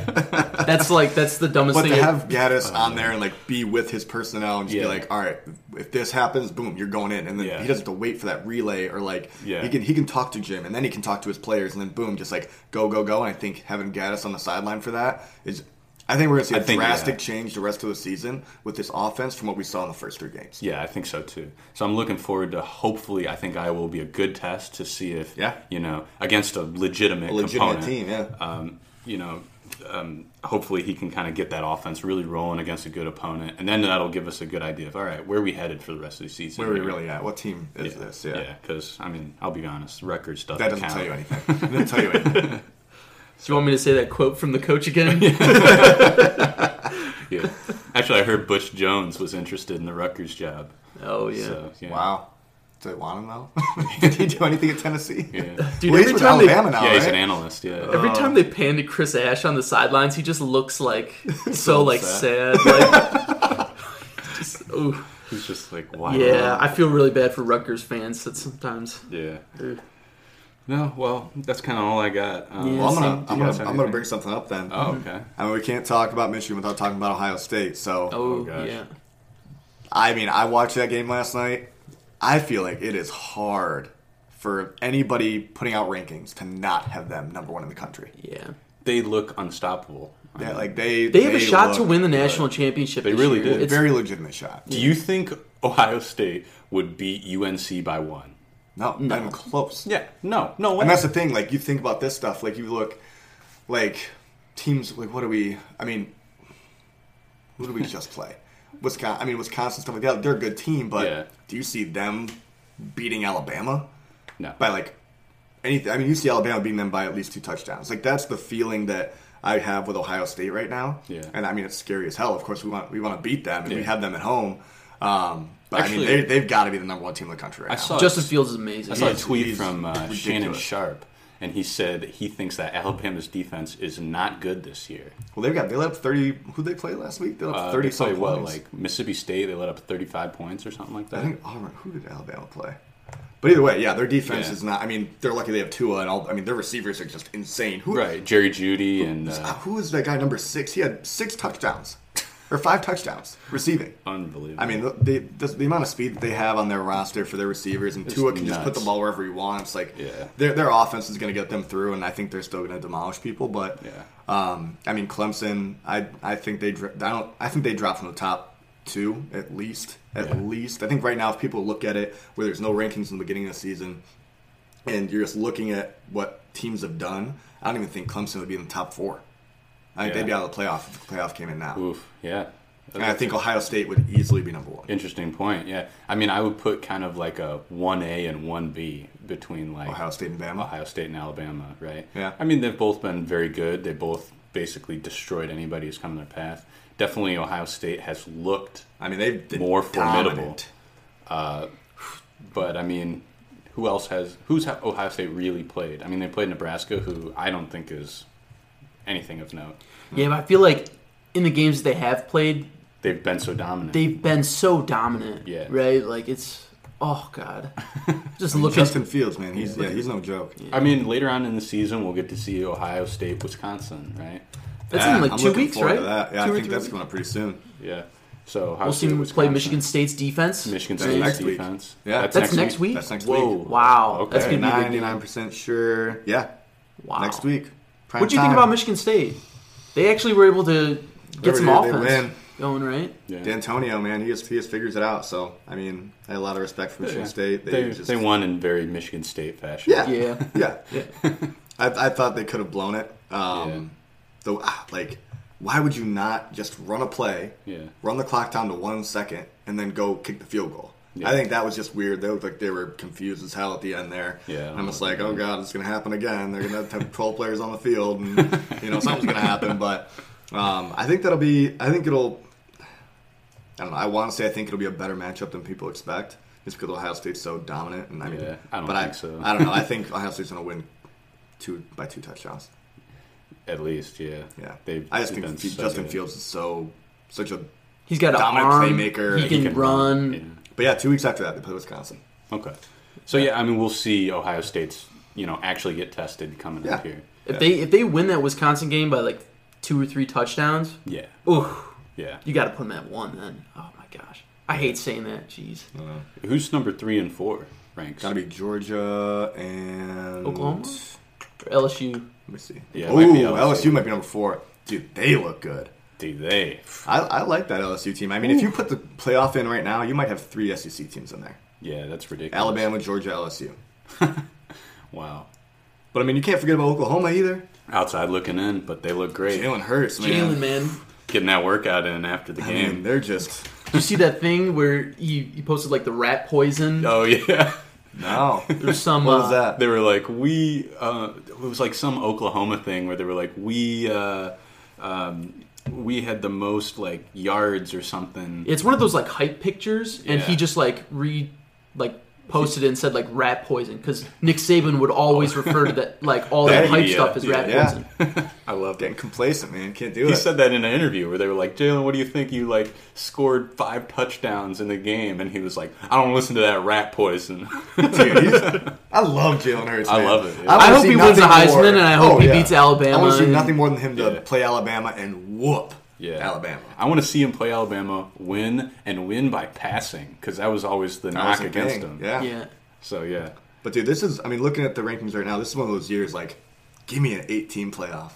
Speaker 2: that's like that's the dumbest
Speaker 3: But
Speaker 2: thing.
Speaker 3: to have Gaddis on there and like be with his personnel and just
Speaker 1: Oh, Yeah.
Speaker 3: be like, all right, if this happens, boom, you're going in, and then
Speaker 1: Yeah.
Speaker 3: he doesn't have to wait for that relay or like
Speaker 1: Yeah.
Speaker 3: he can he can talk to Jim and then he can talk to his players and then boom, just like go go go. And I think having Gaddis on the sideline for that is, I think we're gonna see a
Speaker 1: I think,
Speaker 3: drastic
Speaker 1: yeah.
Speaker 3: change the rest of the season with this offense from what we saw in the first three games.
Speaker 1: Yeah, I think so too. So I'm looking forward to hopefully. I think Iowa will be a good test to see if
Speaker 3: Yeah.
Speaker 1: you know against a legitimate,
Speaker 3: A legitimate
Speaker 1: component,
Speaker 3: team, yeah.
Speaker 1: Um, you know, um, hopefully he can kind of get that offense really rolling against a good opponent, and then that'll give us a good idea of all right where are we headed for the rest of the season.
Speaker 3: Where are we really at? What team is this? Yeah.
Speaker 1: because I mean, I'll be honest, record stuff
Speaker 3: That doesn't
Speaker 1: count.
Speaker 3: tell you anything. It doesn't tell you anything.
Speaker 2: Do you want me to say that quote from the coach again?
Speaker 1: Yeah. Actually, I heard Butch Jones was interested in the Rutgers job.
Speaker 2: Oh yeah.
Speaker 1: So, yeah.
Speaker 3: Wow. Do they want him though? Did he do anything at Tennessee?
Speaker 1: Yeah.
Speaker 2: Dude,
Speaker 3: well, he's
Speaker 2: every
Speaker 3: with
Speaker 2: time they-
Speaker 3: Alabama now,
Speaker 1: yeah, he's an
Speaker 3: right?
Speaker 1: analyst. Yeah.
Speaker 2: Every
Speaker 3: Um,
Speaker 2: time they pan to Chris Ash on the sidelines, he just looks like so like sad.
Speaker 1: upset.
Speaker 2: Like, just, ooh.
Speaker 1: He's just like, wow.
Speaker 2: Yeah, I feel really bad for Rutgers fans that sometimes.
Speaker 1: Yeah.
Speaker 2: Ugh.
Speaker 1: No, well, that's kind of all I got. Um,
Speaker 2: Yeah,
Speaker 3: Well, I'm
Speaker 2: same.
Speaker 3: gonna,
Speaker 1: Do
Speaker 3: I'm
Speaker 1: you
Speaker 3: gonna,
Speaker 1: guys have
Speaker 3: I'm gonna
Speaker 1: anything?
Speaker 3: bring something up then.
Speaker 1: Oh, okay.
Speaker 3: I mean, we can't talk about Michigan without talking about Ohio State. So,
Speaker 2: Oh,
Speaker 1: gosh.
Speaker 2: yeah.
Speaker 3: I mean, I watched that game last night. I feel like it is hard for anybody putting out rankings to not have them number one in the country.
Speaker 2: Yeah.
Speaker 1: They look unstoppable. I
Speaker 3: Yeah,
Speaker 1: mean,
Speaker 3: like they
Speaker 2: They have a shot to
Speaker 3: look
Speaker 2: win the
Speaker 3: good.
Speaker 2: national championship.
Speaker 1: They
Speaker 2: this
Speaker 1: really
Speaker 2: year.
Speaker 1: do.
Speaker 2: It's-
Speaker 3: Very legitimate shot.
Speaker 1: do you think Ohio State would beat UNC by one?
Speaker 3: No, not even close.
Speaker 1: Yeah. No. No way.
Speaker 3: And that's the thing. Like you think about this stuff. Like you look, like teams. Like what do we? I mean, who do we just play? Wisconsin. I mean, Wisconsin stuff like that. They're a good team, but
Speaker 1: Yeah.
Speaker 3: do you see them beating Alabama
Speaker 1: no.
Speaker 3: by like anything? I mean, you see Alabama beating them by at least two touchdowns. Like that's the feeling that I have with Ohio State right now.
Speaker 1: Yeah.
Speaker 3: And I mean, it's scary as hell. Of course, we want we want to beat them, and we
Speaker 1: Yeah.
Speaker 3: have them at home. Um, but
Speaker 1: Actually-
Speaker 3: I mean, they, they've got to be the number one team in the country right
Speaker 1: I
Speaker 3: now.
Speaker 1: saw
Speaker 2: Justin Fields is amazing.
Speaker 1: I saw a
Speaker 3: He's-
Speaker 1: tweet
Speaker 3: he's
Speaker 1: from uh, Shannon
Speaker 3: ridiculous.
Speaker 1: Sharp, and he said he thinks that Alabama's defense is not good this year.
Speaker 3: Well, they've got they let up thirty. Who they play last week? They let up
Speaker 1: Uh,
Speaker 3: thirty.
Speaker 1: they play
Speaker 3: some
Speaker 1: what,
Speaker 3: points.
Speaker 1: like Mississippi State? They let up 35 points or something like
Speaker 3: I
Speaker 1: that.
Speaker 3: think Auburn. Who did Alabama play? But either way, yeah, their defense
Speaker 1: Yeah.
Speaker 3: is not. I mean, they're lucky they have Tua, and all. I mean, their receivers are just insane. Who?
Speaker 1: Right, Jerry Judy and
Speaker 3: uh,
Speaker 1: uh,
Speaker 3: Who is that guy number six? He had six touchdowns, or five touchdowns receiving.
Speaker 1: unbelievable.
Speaker 3: I mean, the, the, the, the amount of speed that they have on their roster for their receivers, and Tua can just put
Speaker 1: nuts.
Speaker 3: the ball wherever he wants. Like,
Speaker 1: Yeah.
Speaker 3: their their offense is going to get them through, and I think they're still going to demolish people. But
Speaker 1: Yeah.
Speaker 3: um, I mean, Clemson. I I think they dro- I don't I think they dropped from the top two at least. At
Speaker 1: Yeah.
Speaker 3: least I think right now, if people look at it, where there's no rankings in the beginning of the season, and you're just looking at what teams have done, I don't even think Clemson would be in the top four. I think
Speaker 1: Yeah.
Speaker 3: they'd be out of the playoff if the playoff came in now.
Speaker 1: Oof, yeah.
Speaker 3: And I think Ohio State would easily be number one.
Speaker 1: Interesting point. Yeah, I mean, I would put kind of like a one A and one B between like
Speaker 3: Ohio State and Bama.
Speaker 1: Ohio State and Alabama, right?
Speaker 3: Yeah.
Speaker 1: I mean, they've both been very good. They both basically destroyed anybody who's come in their path. Definitely, Ohio State has looked,
Speaker 3: I mean, they've been
Speaker 1: More formidable.
Speaker 3: dominant.
Speaker 1: but I mean, who else has? Who's ha- Ohio State really played? I mean, they played Nebraska, who I don't think is anything of note.
Speaker 2: Yeah, but I feel like in the games they have played,
Speaker 1: They've been so dominant.
Speaker 2: they've been so dominant.
Speaker 1: Yeah.
Speaker 2: Right? Like it's oh god. Just looking
Speaker 3: Justin Fields, man, he's yeah, he's no joke.
Speaker 1: I mean, later on in the season, we'll get to see Ohio State, Wisconsin, right?
Speaker 2: that's
Speaker 3: Yeah,
Speaker 2: in like
Speaker 3: I'm
Speaker 2: two
Speaker 3: looking
Speaker 2: weeks,
Speaker 3: forward
Speaker 2: right?
Speaker 3: to that.
Speaker 2: two
Speaker 3: Yeah, I
Speaker 2: or
Speaker 3: think
Speaker 2: three
Speaker 3: that's
Speaker 2: weeks?
Speaker 3: coming up pretty soon.
Speaker 1: Yeah. So Ohio
Speaker 2: We'll see
Speaker 1: State,
Speaker 2: them
Speaker 1: Wisconsin.
Speaker 2: play Michigan State's defense.
Speaker 1: Michigan
Speaker 3: That's
Speaker 1: State's
Speaker 3: next week.
Speaker 1: defense.
Speaker 3: Yeah.
Speaker 2: That's next week?
Speaker 3: That's next
Speaker 1: Whoa.
Speaker 3: week.
Speaker 2: Wow.
Speaker 1: Okay.
Speaker 2: That's gonna be a big game.
Speaker 3: Ninety-nine percent sure. Yeah,
Speaker 2: Wow.
Speaker 3: next week. Prime
Speaker 2: What do you think
Speaker 3: time.
Speaker 2: about Michigan State? They actually were able to get
Speaker 3: They
Speaker 2: some
Speaker 3: were- they
Speaker 2: offense
Speaker 3: win.
Speaker 2: going, right?
Speaker 1: Yeah.
Speaker 3: D'Antonio, man? He just he just figures it out. So I mean, I have a lot of respect for Michigan
Speaker 1: Yeah.
Speaker 3: State.
Speaker 1: They,
Speaker 3: They, just
Speaker 1: they won in very Michigan State fashion.
Speaker 3: Yeah,
Speaker 2: Yeah.
Speaker 3: yeah. I, I thought they could have blown it. Um,
Speaker 1: Yeah.
Speaker 3: Though, ah, like, why would you not just run a play,
Speaker 1: Yeah.
Speaker 3: run the clock down to one second, and then go kick the field goal?
Speaker 1: Yeah.
Speaker 3: I think that was just weird. They looked like they were confused as hell at the end there.
Speaker 1: Yeah.
Speaker 3: I'm just like, oh god, it's gonna happen again. They're gonna have 12 players on the field, and you know something's gonna happen. But um, I think that'll be. I think it'll. I don't know. I want to say I think it'll be a better matchup than people expect, just because Ohio State's so dominant. And I mean,
Speaker 1: Yeah, I don't
Speaker 3: but
Speaker 1: think so.
Speaker 3: I don't know. I think Ohio State's gonna win two by two touchdowns.
Speaker 1: At least, yeah.
Speaker 3: Yeah,
Speaker 1: They've,
Speaker 3: I just
Speaker 1: they've been
Speaker 3: think Fe-
Speaker 1: so
Speaker 3: Justin
Speaker 1: good.
Speaker 3: Fields is so such a.
Speaker 2: He's got a
Speaker 3: Dominant
Speaker 2: arm.
Speaker 3: playmaker.
Speaker 2: He
Speaker 3: He
Speaker 2: can,
Speaker 1: He can
Speaker 2: run.
Speaker 3: But yeah, two weeks after that, they play Wisconsin.
Speaker 1: yeah. Okay. So yeah, I mean, we'll see Ohio State's you know actually get tested coming up
Speaker 3: Yeah.
Speaker 1: here.
Speaker 2: If they if they win that Wisconsin game by like two or three touchdowns,
Speaker 1: Yeah.
Speaker 2: oof,
Speaker 1: Yeah.
Speaker 2: you got to put them at one. Then oh my gosh, I hate saying that. Jeez,
Speaker 1: Uh, Who's number three and four ranks?
Speaker 3: Gotta be Georgia and
Speaker 2: Oklahoma? For LSU.
Speaker 3: Let me see.
Speaker 1: Yeah, it
Speaker 3: Ooh,
Speaker 1: might be
Speaker 3: LSU.
Speaker 1: LSU.
Speaker 3: might be number four. Dude, they look good.
Speaker 1: Do they?
Speaker 3: I, I like that LSU team. I mean, if you put the playoff in right now, you might have three SEC teams in there:
Speaker 1: Yeah, that's ridiculous.
Speaker 3: Alabama, Georgia, LSU.
Speaker 1: Wow.
Speaker 3: But I mean, you can't forget about Oklahoma either.
Speaker 1: Outside looking in, but they look great.
Speaker 3: Jalen Hurts, man.
Speaker 2: Jalen, man,
Speaker 1: Getting that workout in after the
Speaker 3: I
Speaker 1: game.
Speaker 3: mean, they're just
Speaker 2: Did you see that thing where you, you posted like the rat poison?
Speaker 1: oh yeah.
Speaker 3: no.
Speaker 2: There's some.
Speaker 3: What was
Speaker 2: uh,
Speaker 3: that?
Speaker 1: They were like, we. Uh, it was like some Oklahoma thing where they were like, we. Uh, um, we had the most like yards or something.
Speaker 2: It's one of those like hype pictures, and
Speaker 1: Yeah.
Speaker 2: he just like re like posted it and said like rat poison because Nick Saban would always refer to that like all that
Speaker 1: That
Speaker 2: hype
Speaker 1: idiot,
Speaker 2: stuff as rat
Speaker 3: yeah.
Speaker 2: poison.
Speaker 1: I love it.
Speaker 3: Getting complacent, man. Can't do
Speaker 1: He
Speaker 3: it.
Speaker 1: said that in an interview where they were like, Jalen, what do you think? You like scored five touchdowns in the game, and he was like, I don't listen to that rat poison.
Speaker 3: Dude, he's- I love Jalen Hurts.
Speaker 1: I
Speaker 3: man.
Speaker 1: love it, dude.
Speaker 2: I
Speaker 3: wanna
Speaker 2: hope
Speaker 3: see
Speaker 2: he wins the
Speaker 3: nothing Oh,
Speaker 2: Heisman, and I hope he beats Alabama
Speaker 3: I want to see
Speaker 2: and-
Speaker 3: nothing more than him to
Speaker 1: Yeah.
Speaker 3: play Alabama and whoop Alabama.
Speaker 1: I want to see him play Alabama, win and win by passing because that was always the
Speaker 3: That was
Speaker 1: knock
Speaker 3: the
Speaker 1: against him.
Speaker 3: thing.
Speaker 2: Yeah,
Speaker 1: So yeah,
Speaker 3: But dude, this is I mean, looking at the rankings right now, this is one of those years like, give me an eight team playoff.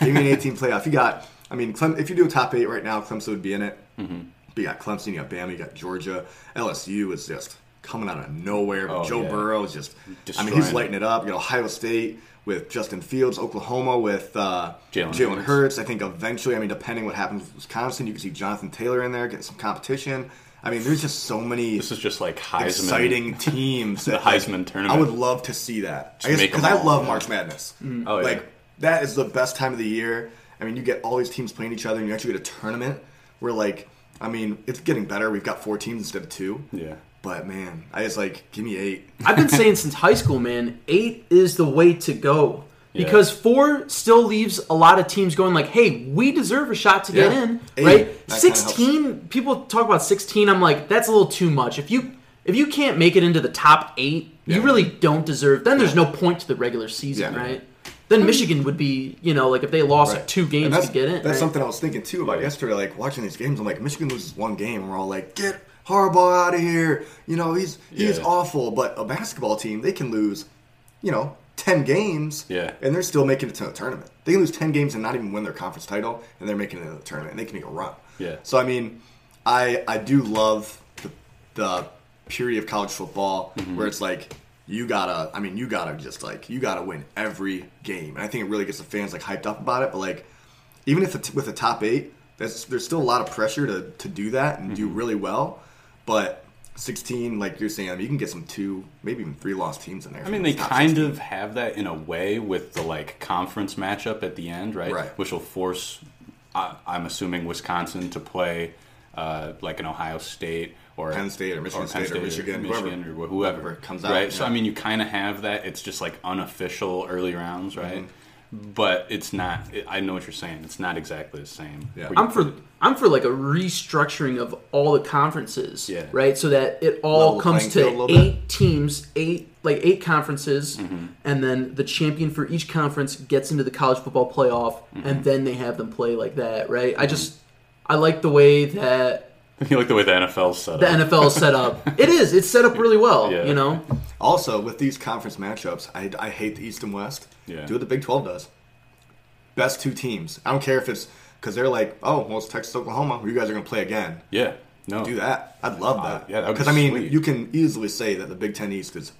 Speaker 3: Give me an eight team playoff. You got I mean, Clem, if you do a top eight right now, Clemson would be in it. Mm-hmm. But you got Clemson, you got Bama, you got Georgia. LSU is just coming out of nowhere.
Speaker 1: Oh,
Speaker 3: Joe
Speaker 1: yeah.
Speaker 3: Burrow is just I mean,
Speaker 1: Destroying
Speaker 3: he's
Speaker 1: it.
Speaker 3: lighting it up. You know, Ohio State with Justin Fields, Oklahoma with uh,
Speaker 1: Jalen
Speaker 3: Jalen
Speaker 1: Hurts.
Speaker 3: Hurts. I think eventually, I mean, depending what happens with Wisconsin, you can see Jonathan Taylor in there, get some competition. I mean, there's just so many
Speaker 1: this is just like Heisman.
Speaker 3: exciting teams. the
Speaker 1: Heisman tournament.
Speaker 3: I would love to see that.
Speaker 1: Just make
Speaker 3: Because
Speaker 1: them
Speaker 3: I
Speaker 1: all,
Speaker 3: love
Speaker 1: yeah.
Speaker 3: March Madness.
Speaker 1: Oh, yeah.
Speaker 3: Like that is the best time of the year. I mean, you get all these teams playing each other, and you actually get a tournament where, like, I mean, it's getting better. We've got four teams instead of two.
Speaker 1: Yeah,
Speaker 3: But man, I just like give me eight.
Speaker 2: I've been saying since high school, man, eight is the way to go. Because four still leaves a lot of teams going like, "Hey, we deserve a shot to get
Speaker 3: Yeah.
Speaker 2: in,
Speaker 3: Eight.
Speaker 2: right?"
Speaker 3: That kinda helps.
Speaker 2: Sixteen people talk about sixteen. I'm like, that's a little too much. If you if you can't make it into the top eight, you
Speaker 3: Yeah.
Speaker 2: really don't deserve. Then the's no point to the regular season,
Speaker 3: Yeah.
Speaker 2: right? Then Michigan would be, you know, like if they lost
Speaker 3: Right.
Speaker 2: two
Speaker 3: And
Speaker 2: games
Speaker 3: that's,
Speaker 2: to get in.
Speaker 3: That's
Speaker 2: right?
Speaker 3: something I was thinking too about yesterday. Like watching these games, I'm like, Michigan loses one game, and we're all like, get Harbaugh out of here. You know, he's he's
Speaker 1: Yeah.
Speaker 3: awful. But a basketball team, they can lose, you know, ten games,
Speaker 1: Yeah.
Speaker 3: and they're still making it to the tournament. They can lose ten games and not even win their conference title, and they're making it to the tournament. And they can make a run.
Speaker 1: Yeah.
Speaker 3: So I mean, I I do love the, the purity of college football,
Speaker 1: Mm-hmm.
Speaker 3: where it's like you gotta. I mean, you gotta just like you gotta win every game, and I think it really gets the fans like hyped up about it. But like, even if it's with a top eight, that's, there's still a lot of pressure to to do that and
Speaker 1: Mm-hmm.
Speaker 3: do really well. But 16, like you're saying, I mean, you can get some two, maybe even three lost teams in there.
Speaker 1: I mean they kind of have that in a way with the like conference matchup at the end, right?
Speaker 3: Right.
Speaker 1: Which will force, I, I'm assuming Wisconsin to play uh, like an Ohio State or
Speaker 3: Penn State or Michigan State or Michigan, whoever-
Speaker 1: Michigan or whoever,
Speaker 3: whoever comes out,
Speaker 1: right? So
Speaker 3: yeah.
Speaker 1: I mean, you kind of have that. It's just like unofficial early rounds, right?
Speaker 3: Mm-hmm.
Speaker 1: But it's not. I know what you're saying. It's not exactly the same.
Speaker 3: Yeah.
Speaker 1: Where you
Speaker 2: I'm for I'm for like a restructuring of all the conferences,
Speaker 1: Yeah.
Speaker 2: right? So that it all
Speaker 3: Level the
Speaker 2: comes
Speaker 3: playing field a
Speaker 2: to
Speaker 3: little Mm-hmm.
Speaker 2: eight teams, eight like eight conferences, and then the champion for each conference gets into the college football playoff,
Speaker 3: Mm-hmm.
Speaker 2: and then they have them play like that, right? I just I like the way that
Speaker 1: You like the way the NFL's set
Speaker 2: the
Speaker 1: up.
Speaker 2: NFL is set up. It is. It's set up really well,
Speaker 1: Yeah.
Speaker 2: you know.
Speaker 3: Also, with these conference matchups, I, I hate the East and West.
Speaker 1: Yeah.
Speaker 3: Do what the Big 12 does. Best two teams. I don't care if it's because they're like, oh, well, it's Texas, Oklahoma. You guys are going to play again.
Speaker 1: yeah. No.
Speaker 3: Do that. I'd love that.
Speaker 1: Uh, yeah, that would be
Speaker 3: Because, I mean,
Speaker 1: sweet.
Speaker 3: you can easily say that the Big Ten East is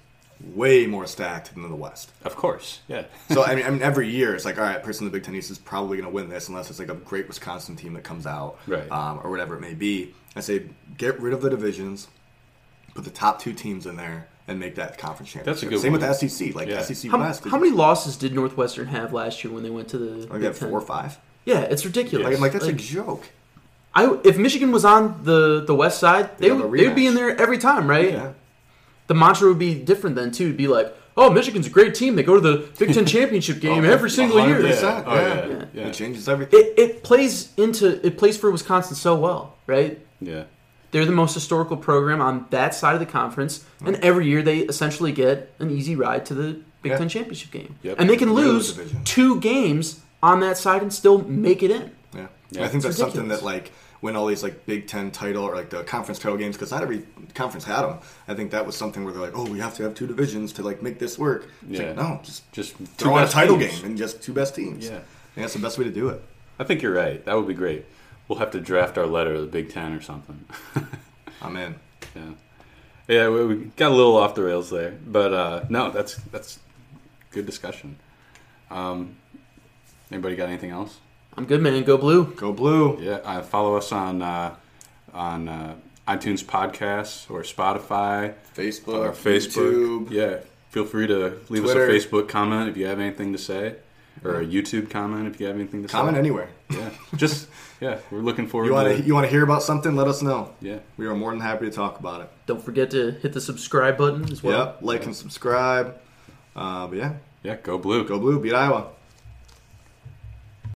Speaker 3: way more stacked than the West.
Speaker 1: Of course. Yeah.
Speaker 3: So I mean, I mean, every year it's like, all right, person in the Big Ten East is probably going to win this, unless it's like a great Wisconsin team that comes out,
Speaker 1: Right.
Speaker 3: um, or whatever it may be. I say, get rid of the divisions, put the top two teams in there and make that conference championship.
Speaker 1: That's a good
Speaker 3: Same
Speaker 1: one.
Speaker 3: with the SEC, like
Speaker 1: Yeah.
Speaker 3: SEC
Speaker 2: How,
Speaker 3: West.
Speaker 2: how many losses did Northwestern have last year when they went to the? Big
Speaker 3: Like that four or
Speaker 2: Ten?
Speaker 3: five.
Speaker 2: Yeah, it's ridiculous.
Speaker 3: Like, I'm like that's
Speaker 2: Like,
Speaker 3: a joke.
Speaker 2: I- if Michigan was on the the West side, they
Speaker 3: have a
Speaker 2: would they would be
Speaker 3: rematch.
Speaker 2: in there every time, right?
Speaker 3: Yeah.
Speaker 2: The mantra would be different then too. It'd be like, oh, Michigan's a great team. They go to the Big Ten championship
Speaker 3: Oh,
Speaker 2: game every single year.
Speaker 3: 100%,
Speaker 1: Yeah. Oh,
Speaker 3: yeah.
Speaker 1: yeah. Yeah.
Speaker 3: It changes everything.
Speaker 2: It it plays into it plays for Wisconsin so well, right?
Speaker 1: Yeah.
Speaker 2: They're the most historical program on that side of the conference, and every year they essentially get an easy ride to the Big
Speaker 3: Mm. Yeah.
Speaker 2: Ten championship game,
Speaker 1: Yep.
Speaker 2: and they can
Speaker 3: Middle of the
Speaker 2: lose
Speaker 3: division.
Speaker 2: two games on that side and still make it in.
Speaker 3: Yeah. I
Speaker 2: It's
Speaker 3: think that's something
Speaker 2: ridiculous.
Speaker 3: that like when all these like Big Ten title or like the conference title games because not every conference had them. I think that was something where they're like, oh, we have to have two divisions to like make this work. It's
Speaker 1: Yeah.
Speaker 3: like, no, just
Speaker 1: Just
Speaker 3: throw out a
Speaker 1: best
Speaker 3: title
Speaker 1: teams.
Speaker 3: game and just two best teams.
Speaker 1: Yeah.
Speaker 3: And that's the best way to do it.
Speaker 1: I think you're right. That would be great. We'll have to draft our letter to the Big Ten or something.
Speaker 3: I'm in.
Speaker 1: yeah. Yeah, we, we got a little off the rails there, but uh, no, that's that's good discussion. Um, anybody got anything else?
Speaker 2: I'm good, man. Go blue.
Speaker 3: Go blue.
Speaker 1: Yeah, uh, follow us on uh, on uh, iTunes podcasts or Spotify
Speaker 3: Facebook.
Speaker 1: or Facebook.
Speaker 3: Uh, YouTube.
Speaker 1: Yeah, feel free to leave
Speaker 3: Twitter.
Speaker 1: us a Facebook comment if you have anything to say, or a YouTube comment if you have anything to
Speaker 3: Comment
Speaker 1: say.
Speaker 3: anywhere.
Speaker 1: Yeah, just yeah, we're looking forward.
Speaker 3: You want
Speaker 1: to
Speaker 3: to you want to hear about something? Let us know.
Speaker 1: yeah.
Speaker 3: We are more than happy to talk about it.
Speaker 2: Don't forget to hit the subscribe button as well.
Speaker 3: yep. Like and subscribe. Uh, but yeah,
Speaker 1: Yeah, go blue.
Speaker 3: go blue. Beat Iowa.